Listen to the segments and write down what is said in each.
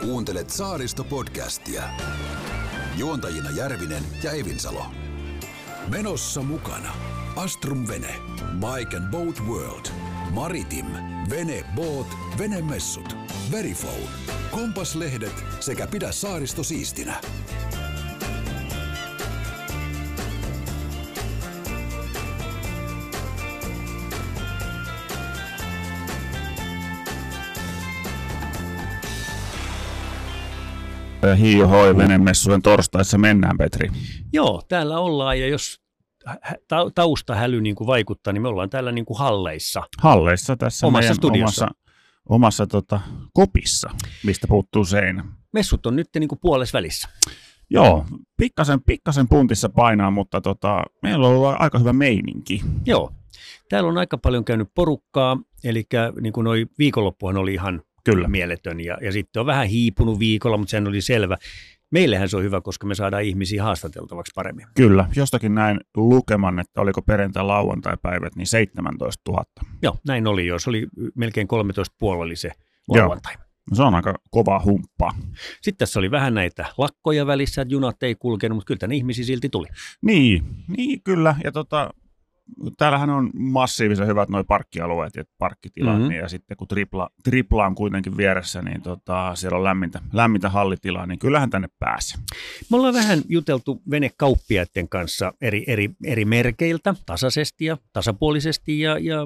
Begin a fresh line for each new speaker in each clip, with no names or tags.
Kuuntelet Saaristo-podcastia. Juontajina Järvinen ja Evinsalo. Menossa mukana Astrum Vene, Bike and Boat World, Maritim, Vene Boat, Venemessut, Verifone, Kompaslehdet sekä Pidä saaristo siistinä.
Hiihoi venemessujen torstaissa mennään, Petri.
Joo, täällä ollaan ja jos hä- ta- taustahäly niin kuin vaikuttaa, niin me ollaan täällä niin kuin halleissa.
Halleissa tässä
Omassa
meidän
studiossa.
omassa, omassa tota, kopissa, mistä puuttuu seinä.
Messut on nyt niin kuin puolessa välissä.
Joo, pikkasen, pikkasen puntissa painaa, mutta tota, meillä on ollut aika hyvä meininki.
Joo, täällä on aika paljon käynyt porukkaa, eli niin kuin noi viikonloppuhan oli ihan
Kyllä.
mieletön ja, ja sitten on vähän hiipunut viikolla, mutta sehän oli selvä. Meillähän se on hyvä, koska me saadaan ihmisiä haastateltavaksi paremmin.
Kyllä, jostakin näin lukeman, että oliko perjantai-lauantai-päivät, niin 17 000.
Joo, näin oli jo. Se oli melkein 13 puolella oli se
Joo.
lauantai.
No, se on aika kova humppa.
Sitten tässä oli vähän näitä lakkoja välissä, että junat ei kulkenut, mutta kyllä tänne ihmisiä silti tuli.
Niin, niin kyllä. Ja tota, täällähän on massiivisen hyvät nuo parkkialueet ja parkkitilat.
Mhm.
Mm-hmm. Ja sitten kun tripla, tripla on kuitenkin vieressä, niin tota, siellä on lämmintä, lämmintä hallitilaa, niin kyllähän tänne pääsee.
Me ollaan vähän juteltu venekauppiaiden kanssa eri, eri, eri merkeiltä tasaisesti ja tasapuolisesti ja, ja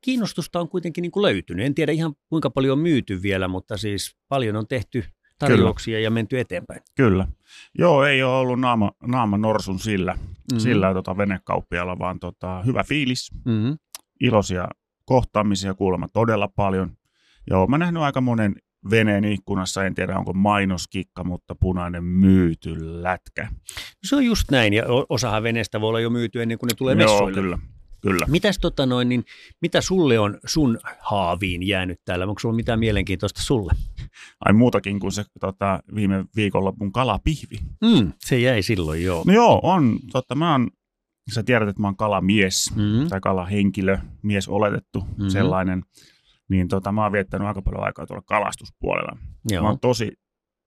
kiinnostusta on kuitenkin niin kuin löytynyt. En tiedä ihan kuinka paljon on myyty vielä, mutta siis paljon on tehty tarjouksia ja menty eteenpäin.
Kyllä. Joo, ei ole ollut naama, naama norsun sillä, mm-hmm.
Mhm.
sillä tota, venekauppialla, vaan tota, hyvä fiilis,
Mm-hmm.
iloisia kohtaamisia kuulemma todella paljon. Ja olen mä nähnyt aika monen veneen ikkunassa, en tiedä onko mainoskikka, mutta punainen myyty lätkä.
No Se on just näin ja o- osahan veneestä voi olla jo myyty ennen kuin ne tulee
Joo,
messuille.
kyllä, kyllä.
Mitäs tota noin, niin mitä sulle on sun haaviin jäänyt täällä? Onko sulla mitään mielenkiintoista sulle?
Ai muutakin kuin se tota, viime viikonlopun kalapihvi.
Mm, se jäi silloin, joo.
No joo, on. Totta, mä oon, sä tiedät, että mä oon kalamies
Mm.
tai kalahenkilö, mies oletettu
Mhm.
mm-hmm. sellainen. Niin tota, mä oon viettänyt aika paljon aikaa tuolla kalastuspuolella. Joo. Mä
Joo.
oon tosi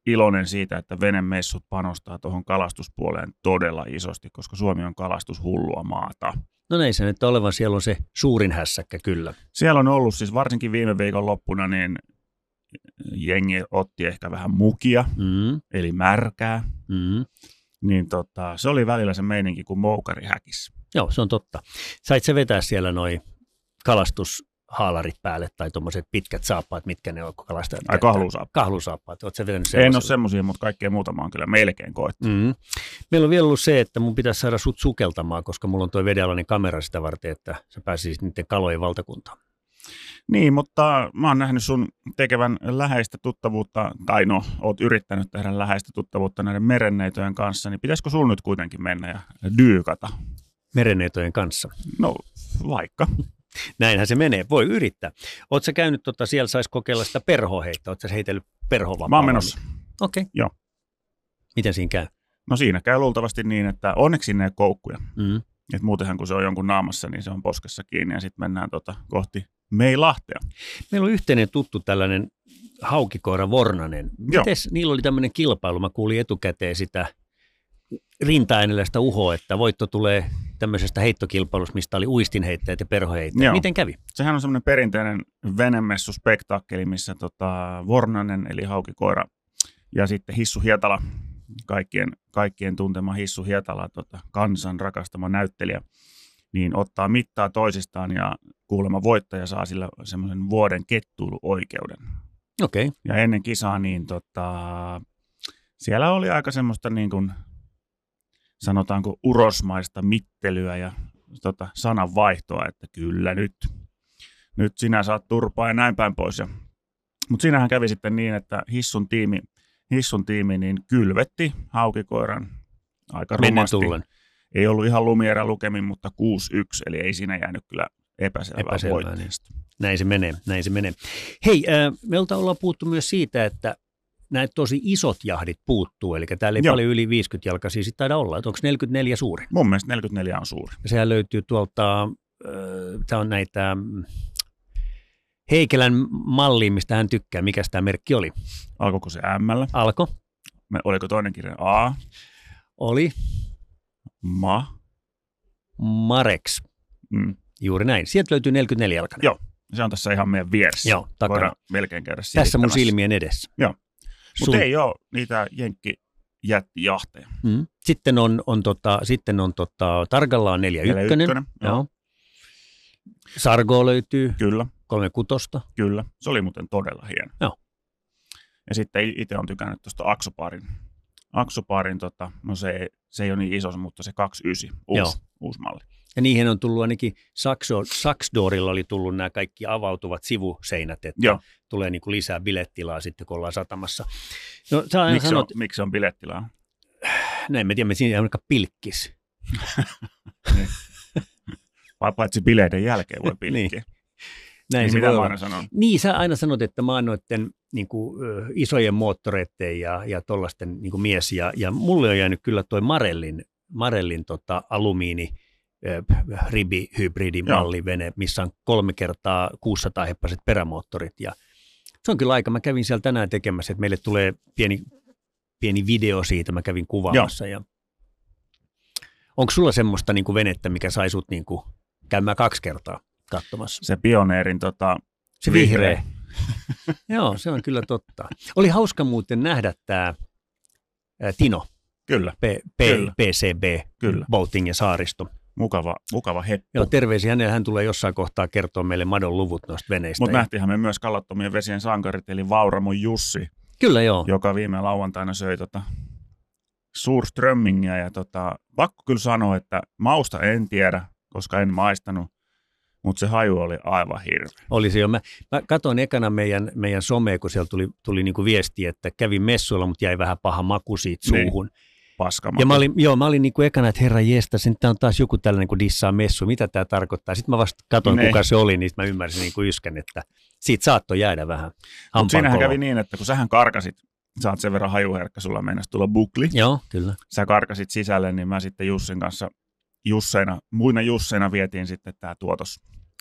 iloinen siitä, että venemessut panostaa tuohon kalastuspuoleen todella isosti, koska Suomi on kalastushullua maata.
No näin se nyt olevan, siellä on se suurin hässäkkä kyllä.
Siellä on ollut siis varsinkin viime viikon loppuna, niin jengi otti ehkä vähän mukia,
Mm,
eli märkää.
mm.
niin tota, se oli välillä se meininki kuin moukari häkis.
Joo, se on totta. Sait se vetää siellä noi kalastushaalarit päälle tai tuommoiset pitkät saappaat, mitkä ne on, kun kalastajat
Ai
käyttää?
kahluusaappa.
Kahlusaappaat, oot sä vetänyt
En
sellaisella?
ole semmoisia, mutta kaikkea muuta mä oon kyllä melkein koettu.
Mm. Meillä on vielä ollut se, että mun pitäisi saada sut sukeltamaan, koska mulla on tuo vedenalainen kamera sitä varten, että sä pääsisit niiden kalojen valtakuntaan.
Niin, mutta mä oon nähnyt sun tekevän läheistä tuttavuutta, tai no, oot yrittänyt tehdä läheistä tuttavuutta näiden merenneitojen kanssa, niin pitäisikö sun nyt kuitenkin mennä ja dyykata?
Merenneitojen kanssa.
No, vaikka.
Näinhän se menee, voi yrittää. Oot sä käynyt, tota, siellä saisi kokeilla sitä perhoheittoa, oot sä heitellyt perhovapaalla?
Mä oon menossa.
Okei.
Joo.
Miten siinä käy?
No siinä käy luultavasti niin, että onneksi sinne ei ole koukkuja.
Mm.
Et muutenhan kun se on jonkun naamassa, niin se on poskessa kiinni ja sitten mennään tota kohti Meilahtea.
Meillä on yhteinen tuttu tällainen haukikoira Vornanen.
Joo.
Mites, niillä oli tämmöinen kilpailu, mä kuulin etukäteen sitä rintaäänellä sitä uhoa, että voitto tulee tämmöisestä heittokilpailusta, mistä oli uistinheittäjät ja perhoheittäjät.
Joo.
Miten kävi?
Sehän on semmoinen perinteinen venemessuspektaakkeli, missä tota Vornanen eli haukikoira ja sitten Hissu Hietala, kaikkien, kaikkien tuntema Hissu Hietala, tota, kansan rakastama näyttelijä, niin ottaa mittaa toisistaan ja kuulemma voittaja saa sillä semmoisen vuoden kettuiluoikeuden.
Okei. Okay.
Ja ennen kisaa niin tota, siellä oli aika semmoista niin kuin, sanotaanko urosmaista mittelyä ja tota, sananvaihtoa, että kyllä nyt, nyt sinä saat turpaa ja näin päin pois. Mutta siinähän kävi sitten niin, että hissun tiimi, hissun tiimi niin kylvetti haukikoiran aika
Mennään
rumasti.
tullen.
Ei ollut ihan lumierä lukemin, mutta 6-1, eli ei siinä jäänyt kyllä epäselvää,
Epäselvää,
epäselvää
niin.
voittajasta.
Näin se menee, näin se menee. Hei, äh, meiltä ollaan puhuttu myös siitä, että nämä tosi isot jahdit puuttuu, eli täällä ei Joo.
Joo.
paljon yli 50 jalkaisia sitten taida olla, että onko 44 suuri?
Mun mielestä 44 on suuri.
öö, Sehän löytyy tuolta, äh, tämä on näitä mm, Heikelän malliin, mistä hän tykkää. Mikä tämä merkki oli?
Alkoiko se M?
Alko?
Me, oliko toinen kirja A?
Oli
Ma?
Mareks.
Mm.
Juuri näin. Sieltä löytyy 44 jalkainen.
Joo, Se on tässä ihan meidän vieressä.
Joo, takana.
Voidaan melkein käydä
Tässä mun
silittämässä.
silmien edessä.
Joo.
Sun-
Mutta ei ole niitä jenkki jättijahteja.
Mm. Sitten on, on, tota, sitten on tota, tarkallaan 41.
Joo.
Joo. Sargo löytyy,
Kyllä,
36.
kyllä. Se oli muuten todella hieno.
Joo.
Ja sitten itse on tykännyt tuosta Aksoparin. Aksoparin, tota, no se, ei- se ei ole niin iso, mutta se 29,
Joo.
uusi, uusi malli.
Ja niihin on tullut ainakin Saxo, Saxdorilla oli tullut nämä kaikki avautuvat sivuseinät, että
Joo.
tulee niin kuin lisää bilettilaa sitten, kun ollaan satamassa. No sä aina
Miksi se, on,
sanot,
miksi se on bilettilaa?
näin me tiedämme, siinä ei ainakaan pilkkis.
Vai paitsi bileiden jälkeen voi
Niin,
pilkkiä.
Näin
niin
se
mitä
voi
mä
olla.
aina sanon?
Niin, sä aina sanot, että mä oon noiden niin kuin, ö, isojen moottoreiden ja, ja tollasten niin kuin mies. Ja, ja mulle on jäänyt kyllä toi Marellin, Marellin tota, alumiini ribihybridimalli-vene, missä on kolme kertaa 600 heppaset perämoottorit. Ja se on kyllä aika, mä kävin siellä tänään tekemässä, että meille tulee pieni, pieni video siitä, mä kävin kuvaamassa. Ja onko sulla semmoista niin kuin venettä, mikä sai sut niin kuin, käymään kaksi kertaa katsomassa?
Se pioneerin tota,
Se vihreä. Joo, se on kyllä totta. Oli hauska muuten nähdä tämä Tino,
Kyllä,
P, P,
Kyllä.
PCB,
Kyllä.
Boating ja Saaristo.
mukava, mukava heppu.
Joo, terveisiä hänelle. Hän tulee jossain kohtaa kertoa meille madon luvut noista veneistä.
Mutta
Ja-
nähtiinhän me myös kallattomien vesien sankarit, eli Vauramon Jussi,
Kyllä joo. joo.
joka viime lauantaina söi tota suurströmmingiä. Ja tota, pakko kyllä sanoa, että mausta en tiedä, koska en maistanut, mutta se haju oli aivan hirveä.
Oli se jo. Mä, mä katsoin ekana meidän, meidän somea, kun siellä tuli, tuli niinku viesti, että kävin messuilla, mutta jäi vähän paha maku siitä
Niin.
suuhun.
Paskama.
Ja mä olin, joo, mä olin niinku ekana, että herra jestä, sen tää on taas joku tällainen kuin dissaa messu, mitä tämä tarkoittaa. Sitten mä vasta katsoin,
Ne.
kuka se oli, niin sit mä ymmärsin niinku yskän, että siitä saattoi jäädä vähän
Mut siinähän
hampaankoloon.
kävi niin, että kun sähän karkasit, sä oot sen verran hajuherkkä, sulla meinasi tulla bukli.
Joo, kyllä.
sä karkasit sisälle, niin mä sitten Jussin kanssa Jusseina, muina Jusseina vietiin sitten tämä tuotos,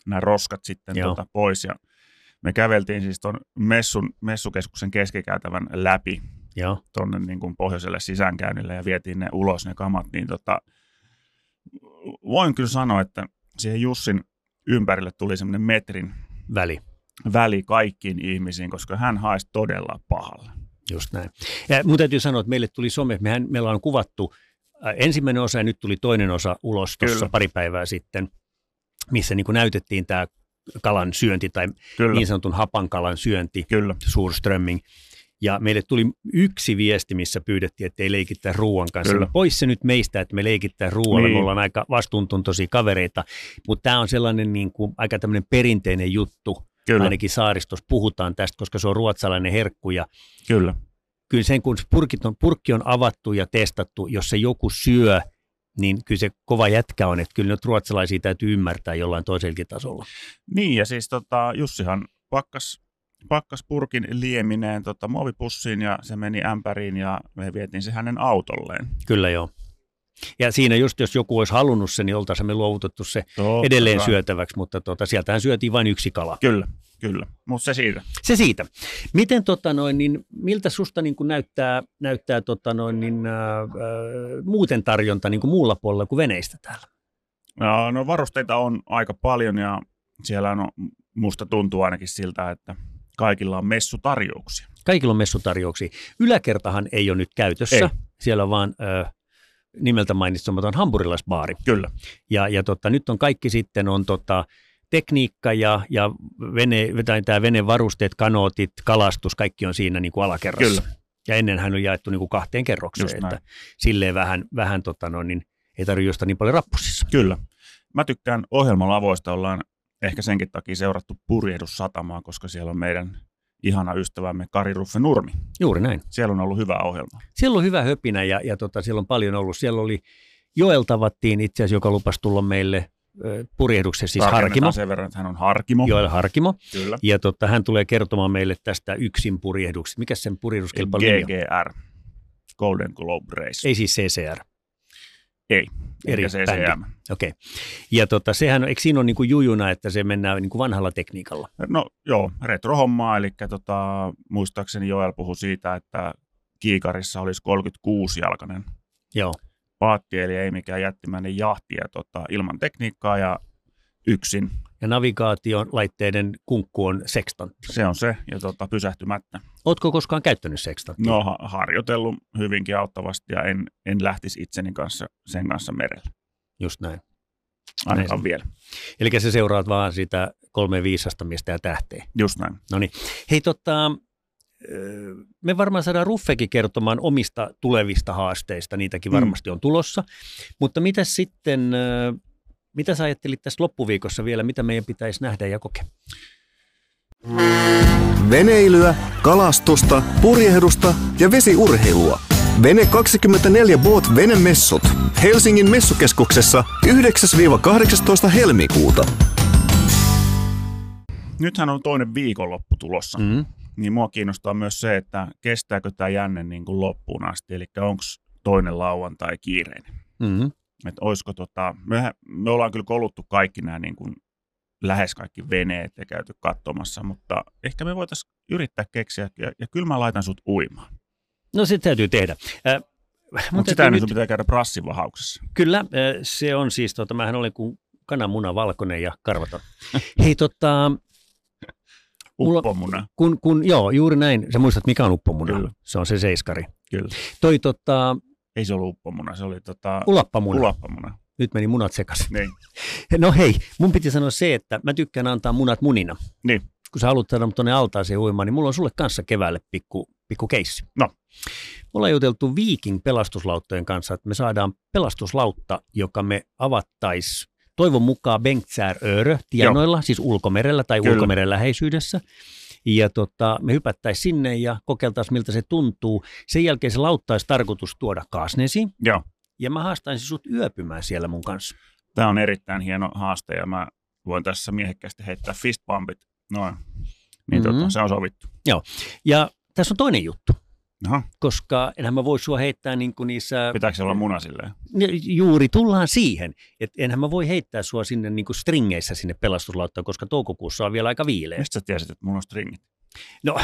nämä roskat sitten
Joo.
tuota pois ja me käveltiin siis tuon messun, messukeskuksen keskikäytävän läpi
Joo.
tuonne niin kuin pohjoiselle sisäänkäynnille ja vietiin ne ulos ne kamat, niin tota, voin kyllä sanoa, että siihen Jussin ympärille tuli semmoinen metrin
Väli,
väli kaikkiin ihmisiin, koska hän haisi todella pahalle.
just näin. Ja mun täytyy sanoa, että meille tuli some, mehän, meillä on kuvattu äh, ensimmäinen osa ja nyt tuli toinen osa ulos tuossa
Kyllä.
pari päivää sitten, missä niin kuin näytettiin tämä kalan syönti tai
Kyllä,
niin sanotun hapankalan syönti.
kyllä.
Suurströmming. Ja meille tuli yksi viesti, missä pyydettiin, että ei leikittää ruoan kanssa. No
Kyllä.
Pois se nyt meistä, että me leikittää ruoalla. Niin. Me
Niin.
ollaan aika vastuuntuntoisia kavereita. Mutta tämä on sellainen niin kuin, aika tämmöinen perinteinen juttu. Kyllä.
Kyllä,
Ainakin saaristossa puhutaan tästä, koska se on ruotsalainen herkku. Ja
kyllä.
kyllä sen, kun purkit on, purkki on avattu ja testattu, jos se joku syö, niin kyllä se kova jätkä on. Että kyllä nyt ruotsalaisia täytyy ymmärtää jollain toisellakin tasolla.
Niin, ja siis tota, Jussihan pakkas, pakkas purkin liemineen tota, muovipussiin ja se meni ämpäriin ja me vietiin se hänen autolleen.
Kyllä joo. Ja siinä just, jos joku olisi halunnut sen, niin oltaisiin me luovutettu se
Totta
edelleen
kai.
syötäväksi, mutta tota, sieltähän syötiin vain yksi kala.
Kyllä, kyllä. Mutta se siitä.
Se siitä. Miten, tota noin, niin, miltä susta niin kuin näyttää, näyttää tota noin, niin, ää, ää, muuten tarjonta niin kuin muulla puolella kuin veneistä täällä?
No, no varusteita on aika paljon ja siellä on, musta tuntuu ainakin siltä, että kaikilla on messutarjouksia.
Kaikilla on messutarjouksia. Yläkertahan ei ole nyt käytössä.
Ei.
Siellä on vaan ää, nimeltä mainitsematon hampurilaisbaari.
Kyllä,
Ja, ja tota, nyt on kaikki sitten on tota, tekniikka ja, ja vene, tai tämä venevarusteet, kanootit, kalastus, kaikki on siinä niin kuin alakerrassa.
Kyllä.
Ja ennenhän on jaettu niin kuin kahteen kerrokseen,
Just
että
näin.
silleen vähän, vähän tota, no, niin ei tarvitse josta niin paljon rappusissa.
kyllä. Mä tykkään ohjelmalavoista, ollaan ehkä senkin takia seurattu purjehdussatamaa, koska siellä on meidän ihana ystävämme Kari Ruffe Nurmi.
Juuri näin.
Siellä on ollut hyvä ohjelma.
Siellä on hyvä höpinä ja, ja tota, siellä on paljon ollut. Siellä oli Joel tavattiin itse asiassa, joka lupasi tulla meille ö, purjehduksessa, siis
Tarkennetaan
Harkimo.
sen verran, että hän on Harkimo.
Joel Harkimo.
Kyllä.
Ja tota, hän tulee kertomaan meille tästä yksin purjehduksesta. Mikä sen purjehduskilpailu nimi on?
GGR, Golden Globe Race.
Ei siis CCR.
Ei,
Eri
eri
bändi.
CCM.
Okei. Okay. Ja tota, sehän on, eikö siinä ole niin kuin jujuna, että se mennään niin kuin vanhalla tekniikalla?
No joo, retrohommaa, eli tota, muistaakseni Joel puhui siitä, että kiikarissa olisi 36-jalkainen
Joo.
paatti, eli ei mikään jättimäinen jahti, ja tota, ilman tekniikkaa ja yksin.
Ja navigaatiolaitteiden kunkku on sextantti.
Se on se, ja tota, pysähtymättä.
Ootko koskaan käyttänyt sextanttia?
No ha- harjoitellut hyvinkin auttavasti, ja en, en lähtisi itseni kanssa, sen kanssa merelle,
Just näin. Näin
ainakaan
se-
vielä.
Eli sä seuraat vaan sitä kolme viisasta miestä ja tähteä.
Just näin.
No niin. Hei tota, öö, me varmaan saadaan Ruffekin kertomaan omista tulevista haasteista, niitäkin
Mm.
varmasti on tulossa. Mutta mitä sitten, öö, mitä sä ajattelit tässä loppuviikossa vielä, mitä meidän pitäisi nähdä ja kokea?
Veneilyä, kalastusta, purjehdusta ja vesiurheilua. Vene 24 Boat Venemessut Helsingin messukeskuksessa 9-18 helmikuuta.
Nythän on toinen viikonloppu tulossa.
Mm.
niin mua kiinnostaa myös se, että kestääkö tämä jänne niin kuin loppuun asti, eli onko toinen lauantai kiireinen.
Mm.
Et oisko tota, mehän, me ollaan kyllä koluttu kaikki nämä niin kuin lähes kaikki veneet ja käyty katsomassa, mutta ehkä me voitaisiin yrittää keksiä, ja, ja kyllä mä laitan sut uimaan.
No se täytyy tehdä. Äh,
Mutta sitä nyt pitää käydä prassivahauksessa.
Kyllä, äh, se on siis, tota, mähän olen kuin kananmuna valkoinen ja karvaton. Hei tota, Mulla-
Uppomuna.
kun, kun, joo, juuri näin, sä muistat mikä on uppomuna?
Kyllä.
Se on se seiskari.
Kyllä.
Toi tota,
Ei se ollut uppomuna, se oli tota,
ulappamuna.
ulappamuna.
Nyt meni munat sekaisin.
Niin.
No hei, mun piti sanoa se, että mä tykkään antaa munat munina.
Niin.
Kun sä haluat saada mut tuonne altaaseen uimaan, niin mulla on sulle kanssa keväälle pikku, pikku keissi.
No.
Me ollaan juteltu Viikin pelastuslauttojen kanssa, että me saadaan pelastuslautta, joka me avattaisi toivon mukaan Bengtsääröörö tienoilla, siis ulkomerellä tai
Kyllä.
ulkomeren läheisyydessä. Ja tota, me hypättäisiin sinne ja kokeiltaisiin, miltä se tuntuu. Sen jälkeen se lautta olisi tarkoitus tuoda Kaasnesiin.
Joo.
Ja mä haastaisin sut yöpymään siellä mun kanssa.
Tämä on erittäin hieno haaste ja mä voin tässä miehekkäästi heittää fist bumpit. Noin. Niin
Mhm.
tota, se on sovittu.
Ja tässä on toinen juttu,
Aha,
koska enhän mä voi sua heittää niin kuin niissä,
pitääkö se olla muna silleen?
Ni- juuri tullaan siihen, että enhän mä voi heittää sua sinne niin kuin stringeissä sinne pelastuslauttaan, koska toukokuussa on vielä aika viileä.
Mistä sä tiesit, että mulla on stringit?
No,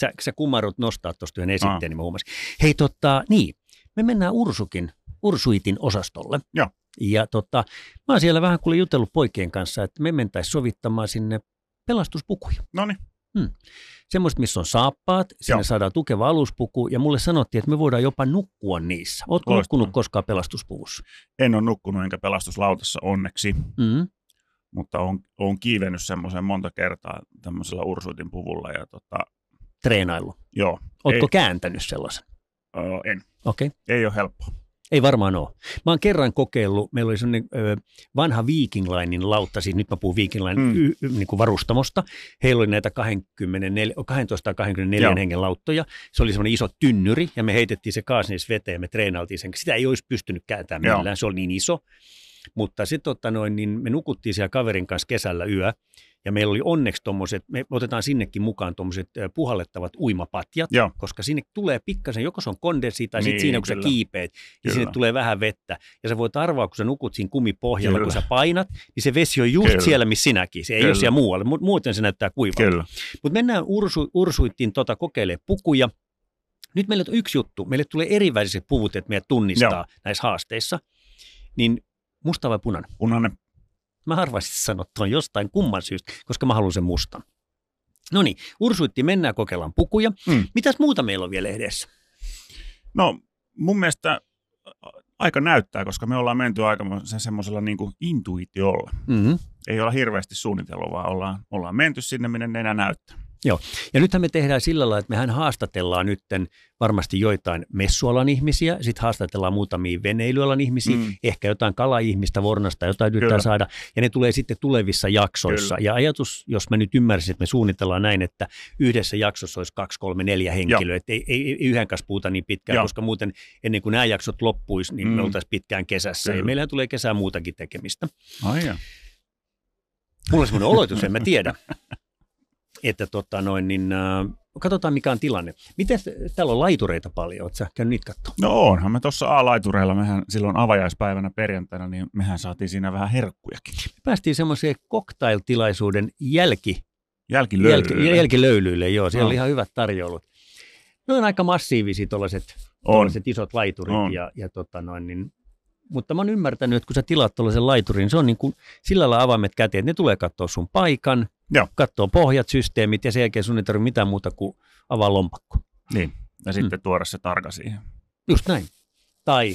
sä, sä kumarut nostaa tuosta yhden esitteen, niin mä huomasin. Hei tota, niin, me mennään Ursukin, Ursuitin osastolle.
Joo.
Ja tota, mä oon siellä vähän kuule jutellut poikien kanssa, että me mentäisiin sovittamaan sinne pelastuspukuja.
No niin,
semmoiset, missä on saappaat, sinne
Joo.
saadaan tukeva aluspuku, ja mulle sanottiin, että me voidaan jopa nukkua niissä. Ootko
Loistavaa.
nukkunut koskaan pelastuspuvussa?
en ole nukkunut enkä pelastuslautassa onneksi,
Mm.
mutta on, on kiivennyt semmoisen monta kertaa tämmöisellä ursuitin puvulla ja tota,
Treenailu.
joo,
Ootko
Ei.
kääntänyt sellaisen?
ö, en.
Okei. Okay.
Ei ole helppoa.
Ei varmaan ole. Mä oon kerran kokeillut, meillä oli sellainen ö, vanha Viking Linein lautta, siis nyt mä puhun Viking Line
Mm.
mm. y, y, niin kuin varustamosta. Heillä oli näitä 24, 12 24
Joo.
hengen lauttoja. Se oli semmoinen iso tynnyri ja me heitettiin se kaasnees veteen ja me treenailtiin sen. Sitä ei olisi pystynyt kääntämään
Joo.
millään, se oli niin iso. Mutta sitten tota noin, niin me nukuttiin siellä kaverin kanssa kesällä yö. Ja meillä oli onneksi tuommoiset, me otetaan sinnekin mukaan tuommoiset puhallettavat uimapatjat,
Joo.
koska sinne tulee pikkasen, joko se on kondensi tai sitten
Niin,
siinä kun sä
kyllä.
kiipeet, niin sinne
Kyllä.
tulee vähän vettä. Ja sä voit arvaa, kun sä nukut siinä kumipohjalla, kun
Kyllä.
sä painat, niin se vesi on just
Kyllä.
siellä, missä sinäkin. Se ei
Kyllä.
ole siellä muualla. Mu- Muuten se näyttää kuivalta.
Kyllä.
Mutta mennään ursu, ursuittiin tota, kokeilemaan pukuja. Nyt meillä on yksi juttu. Meille tulee eriväiset puvut, että meidät tunnistaa Joo. näissä haasteissa. Niin musta vai punainen?
Punainen,
Mä harvasti sanon tuon jostain kumman syystä, koska mä haluan sen mustan. No niin, ursuitti, mennään kokeillaan pukuja.
Mm.
Mitäs muuta meillä on vielä edessä?
no mun mielestä ä, aika näyttää, koska me ollaan menty aika semmoisella niin kuin intuitiolla.
Mm-hmm.
Ei olla hirveästi suunnitellut, vaan ollaan, ollaan menty sinne, minne nenä näyttää.
Ja nythän me tehdään sillä lailla, että mehän haastatellaan nytten varmasti joitain messualan ihmisiä, sitten haastatellaan muutamia veneilyalan ihmisiä, mm.
Mm.
ehkä jotain kalaihmistä, vornasta, jotain yritetään
Kyllä.
saada, ja ne tulee sitten tulevissa jaksoissa. Kyllä. Ja ajatus, jos mä nyt ymmärsin, että me suunnitellaan näin, että yhdessä jaksossa olisi kaksi, kolme, neljä henkilöä, että ei, ei, ei yhden kanssa puhuta niin pitkään,
Joo.
koska muuten ennen kuin nämä jaksot loppuisi, niin mm. me
Mm.
oltaisiin pitkään kesässä, Kyllä. ja
Kyllä.
meillähän tulee kesää muutakin tekemistä.
Ai joo.
Mulla on semmoinen oletus, en mä tiedä. Että tota noin, niin äh, katsotaan mikä on tilanne. Miten täällä on laitureita paljon? Oletko sä käynyt niitä katsoa?
No onhan me tuossa A-laitureilla, mehän silloin avajaispäivänä perjantaina, niin mehän saatiin siinä vähän herkkujakin.
Me päästiin semmoiseen cocktailtilaisuuden jälki,
Jälkilöylyillä.
jälki, jälkilöylyylle, joo. Siellä
No.
oli ihan hyvät tarjoulut. Ne on aika massiivisia tuollaiset
on.
tuollaiset isot laiturit.
On.
Ja, ja tota noin, niin, mutta mä oon ymmärtänyt, että kun sä tilaat tuollaisen laiturin, niin se on niin kuin sillä lailla avaimet käteen, että ne tulee katsoa sun paikan,
Joo.
katsoa pohjat, systeemit ja sen jälkeen sun ei tarvitse mitään muuta kuin avaa lompakko.
Niin, ja
Mm.
sitten tuoda se tarka siihen.
Just näin. Tai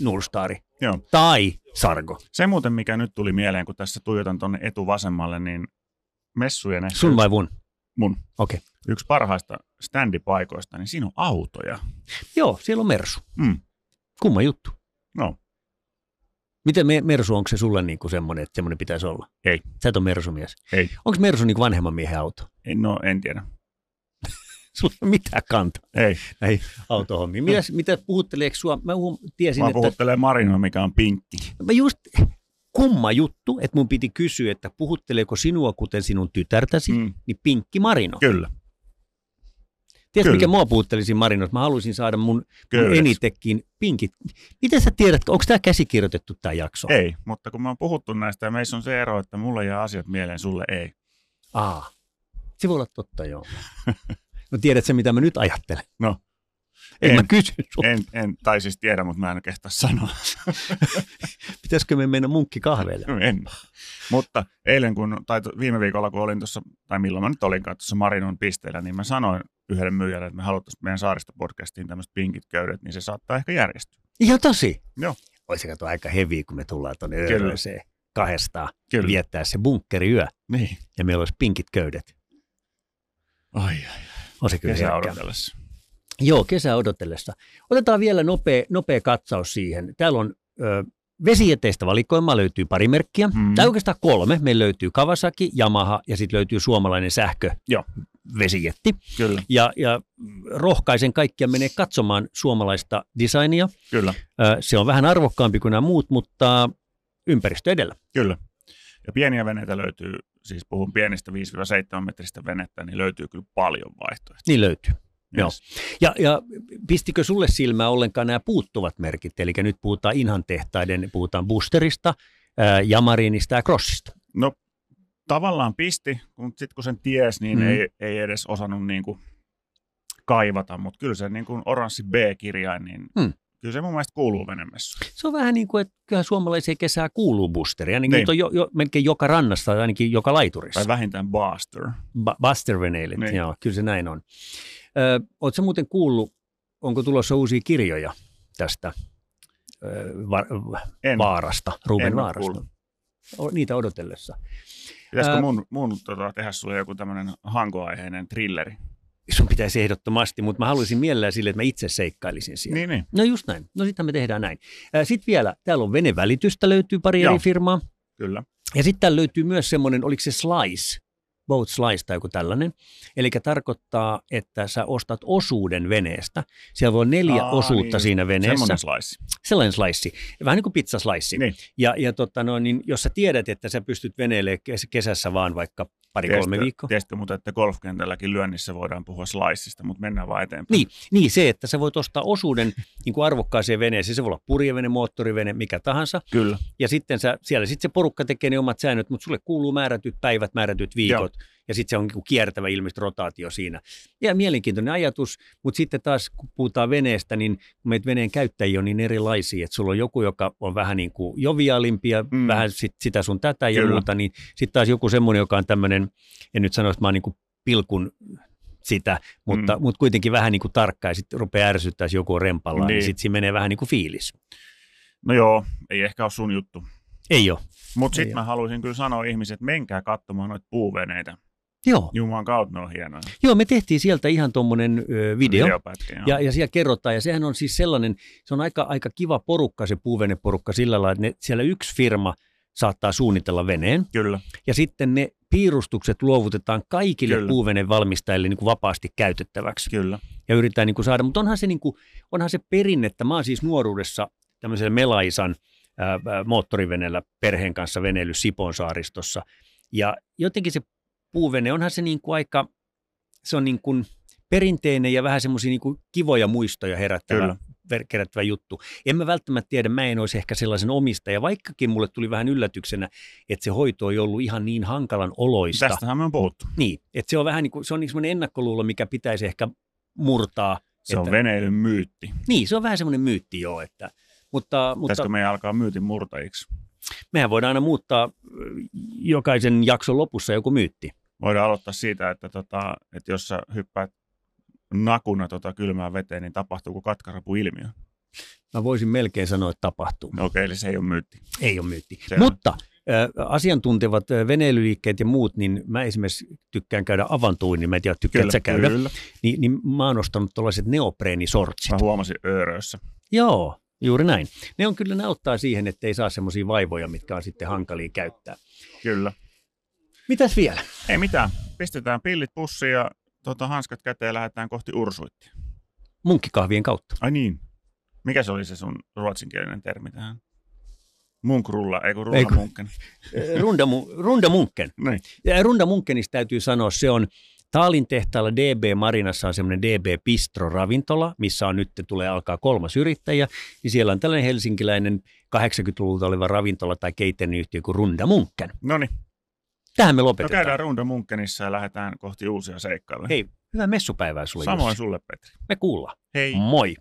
Nurstaari.
Joo.
Tai Sargo.
Se muuten, mikä nyt tuli mieleen, kun tässä tuijotan tuonne etuvasemmalle, niin messujen ehkä
Sun vai mun?
mun
Okei.
yksi parhaista standipaikoista, niin siinä on autoja.
Joo, siellä on Mersu.
Mm.
Kumma juttu.
No,
Miten me, Mersu, onko se sulle niin kuin semmoinen, että semmoinen pitäisi olla?
Ei.
Sä et ole Mersumies.
Ei.
Onko Mersu niin kuin vanhemman miehen auto?
en, no, en tiedä.
Sulla ei ole mitään kantaa
Ei,
näihin autohommiin. Mitäs, mitä puhutteleeko sua? Mä huom- tiesin,
Sinne vaan
että...
puhuttelee Marinoa, mikä on pinkki.
Mä just kumma juttu, että mun piti kysyä, että puhutteleeko sinua kuten sinun tytärtäsi, mm.
Mm,
niin Pinkki Marino.
kyllä,
Tiedätkö,
kyllä.
mikä mua puhuttelisi Marinosta? Mä haluaisin saada mun, mun
kyllä.
enitekin pinkit. Miten sä tiedät, onko tämä käsikirjoitettu tämä jakso?
Ei, mutta kun me on puhuttu näistä ja meissä on se ero, että mulle jää asiat mieleen, sulle ei.
Aa, se voi olla totta, joo. No tiedät sä, mitä mä nyt ajattelen?
No.
En, en
En.
mä kysy sun.
En, en tai siis tiedä, mutta mä en kehtaa sanoa.
Pitäisikö me mennä munkki kahveille?
No en. Mutta eilen, kun, tai to- viime viikolla, kun olin tuossa, tai milloin mä nyt olinkaan tuossa Marinon pisteellä, niin mä sanoin yhdelle myyjälle, että me haluttaisiin meidän saaristopodcastiin tämmöiset pinkit köydet, niin se saattaa ehkä järjestyä.
Ihan tosi.
Joo.
Olisi kato aika heviä, kun me tullaan tuonne
Kyllä.
Öröseen kahdestaan Kyllä. viettää se bunkkeriyö
Niin.
ja meillä olisi pinkit köydet.
Ai,
On se kyllä
kesä
herkkää.
odotellessa.
Joo, kesä odotellessa. Otetaan vielä nopea, nopea katsaus siihen. Täällä on ö, vesijäteistä valikoimaa, löytyy pari merkkiä,
Mm.
mm. tai oikeastaan kolme. Meillä löytyy Kawasaki, Yamaha ja sitten löytyy suomalainen sähkö.
Joo.
Vesijetti.
Kyllä,
Ja, ja rohkaisen kaikkia menee katsomaan suomalaista designia.
kyllä,
Ö, se on vähän arvokkaampi kuin nämä muut, mutta ympäristö edellä.
kyllä. Ja pieniä veneitä löytyy, siis puhun pienistä 5-7 metristä venettä, niin löytyy kyllä paljon vaihtoehtoja.
Niin löytyy. Joo.
Yes.
Ja, ja pistikö sulle silmään ollenkaan nämä puuttuvat merkit? Eli nyt puhutaan Inhan tehtaiden, puhutaan Boosterista, ää, Jamarinista ja Crossista.
No tavallaan pisti, mutta sitten kun sen ties, niin
Mm.
mm. ei, ei edes osannut niin kuin kaivata, mutta kyllä se niin kuin oranssi B-kirjain, niin
Mm.
mm. kyllä se mun mielestä kuuluu venemessu.
Se on vähän niin kuin, että kyllähän suomalaiseen kesään kuuluu Boosteri. Ainakin
Niin.
niitä on jo, jo, melkein joka rannassa tai ainakin joka laiturissa.
Tai vähintään Baster.
Ba- Busterveneilit, niin.
Niin.
joo, kyllä se näin on. Ö, ootko muuten kuullut, onko tulossa uusia kirjoja tästä ö, va-
En,
vaarasta, Ruben
en ole
vaarasta?
kuullut.
O, niitä odotellessa.
Pitäisikö
Ää-
mun, mun tota, tehdä sulle joku tämmöinen hankoaiheinen trilleri?
Sun pitäisi ehdottomasti, mutta mä haluaisin mielellään sille, että mä itse seikkailisin siellä.
Niin, niin.
No just näin. No sitten me tehdään näin. Sitten vielä, täällä on venevälitystä löytyy pari
Joo.
eri firmaa.
Kyllä.
Ja sitten täällä löytyy myös semmoinen, oliko se Slice, Boat Slice tai joku tällainen. Eli tarkoittaa, että sä ostat osuuden veneestä. Siellä voi olla neljä
Aa,
osuutta
niin.
siinä veneessä.
Semmoinen slice.
Sellainen slice. Vähän niin kuin pizzaslice.
Niin.
Ja, ja tota no, niin jos sä tiedät, että sä pystyt veneelle kes- kesässä vaan vaikka pari-kolme
Tiesitkö-
viikkoa.
Tiesitkö, mutta että golfkentälläkin lyönnissä voidaan puhua sliceista, mutta mennään vaan eteenpäin.
Niin, niin, se, että sä voit ostaa osuuden niin kuin arvokkaaseen veneeseen. Se voi olla purjevene, moottorivene, mikä tahansa.
Kyllä.
Ja sitten sä, siellä sitten se porukka tekee ne omat säännöt, mutta sulle kuuluu määrätyt päivät, määrätyt viikot. Joo. Ja sitten se on niinku kiertävä ilmeisesti rotaatio siinä. Ja mielenkiintoinen ajatus, mutta sitten taas kun puhutaan veneestä, niin kun meitä veneen käyttäjiä on niin erilaisia, että sulla on joku, joka on vähän niin kuin joviaalimpia, mm.
Mm.
vähän sit, sitä sun tätä ja
Kyllä.
muuta, niin sitten taas joku semmoinen, joka on tämmöinen, en nyt sano, että mä oon niin kuin pilkun sitä, mutta, mm. mutta kuitenkin vähän niin kuin tarkka ja sitten rupeaa ärsyttää, jos joku on rempallaan, niin, niin
Niin.
sitten siinä menee vähän niin kuin fiilis.
No joo, ei ehkä ole sun juttu.
Ei ole.
Mutta
Ei
sitten mä haluaisin kyllä sanoa ihmiset, että menkää katsomaan noita puuveneitä.
Joo.
Jumalan kautta ne on hienoja.
Joo, me tehtiin sieltä ihan tuommoinen video. video.
Videopätkä, joo.
Ja, ja siellä kerrotaan, ja sehän on siis sellainen, se on aika, aika kiva porukka se puuveneporukka sillä lailla, että ne, siellä yksi firma saattaa suunnitella veneen,
Kyllä,
ja sitten ne piirustukset luovutetaan kaikille
Kyllä.
puuvenevalmistajille niin kuin vapaasti käytettäväksi
kyllä.
ja yritetään niin kuin saada. Mutta onhan se, niin kuin, onhan se perinne, että mä oon siis nuoruudessa tämmöisellä Melaisan ää, ää, moottorivenellä perheen kanssa veneily Sipon saaristossa. Ja jotenkin se puuvene, onhan se niin kuin niinku aika se on niin kuin perinteinen ja vähän semmoisia niin kuin kivoja muistoja herättävä, ver- kerättävä juttu. En mä välttämättä tiedä, mä en olisi ehkä sellaisen omistaja, vaikkakin mulle tuli vähän yllätyksenä, että se hoito ei ollut ihan niin hankalan oloista.
Tästähän me on puhuttu.
Niin, että se on vähän niin kuin, se on niin semmoinen ennakkoluulo, mikä pitäisi ehkä murtaa.
Se
että,
on veneilyn myytti.
Niin, se on vähän semmoinen myytti joo, että, mutta, mutta
Pitäisikö meidän alkaa myytin murtajiksi?
mehän voidaan aina muuttaa ö, jokaisen jakson lopussa joku myytti.
Voidaan aloittaa siitä, että, tota, että jos sä hyppäät nakuna tota kylmään veteen, niin tapahtuuko katkarapuilmiö?
Mä voisin melkein sanoa, että tapahtuu.
No Okei, eli se ei ole myytti.
Ei ole myytti.
Se
Se
on.
Mutta ö, asiantuntevat ö, veneilyliikkeet ja muut, niin mä esimerkiksi tykkään käydä avantuin, niin mä en tiedä, tykkäät sä käydä.
kyllä.
Niin, niin mä oon ostanut tällaiset neopreenisortsit.
Mä huomasin öörössä.
Joo, juuri näin. Ne on kyllä, ne auttaa siihen, että ei saa semmoisia vaivoja, mitkä on sitten hankalia käyttää.
Kyllä.
Mitäs vielä?
Ei mitään. Pistetään pillit pussiin ja tota, hanskat käteen ja lähdetään kohti ursuittia.
Munkkikahvien kautta.
Ai niin. Mikä se oli se sun ruotsinkielinen termi tähän? Munkrulla, ei kun
Ei kun-
rullamunkkena.
Ö, Eh, Runda, mu- runda munkken.
Niin.
Ja Eh, Runda Munkkenista täytyy sanoa, se on Taalin tehtaalla DB Marinassa on semmoinen DB Bistro ravintola, missä on nyt tulee alkaa kolmas yrittäjä. Niin siellä on tällainen helsinkiläinen 80-luvulta oleva ravintola tai keitenniyhtiö kuin Runda Munkken.
No niin,
Tähän me
no
lopetetaan.
käydään runda Munkkenissa ja lähdetään kohti uusia seikkailuja.
Hei, hyvää messupäivää sulle.
Samoin
Jussi.
sulle, Petri.
Me kuullaan.
Hei.
Moi.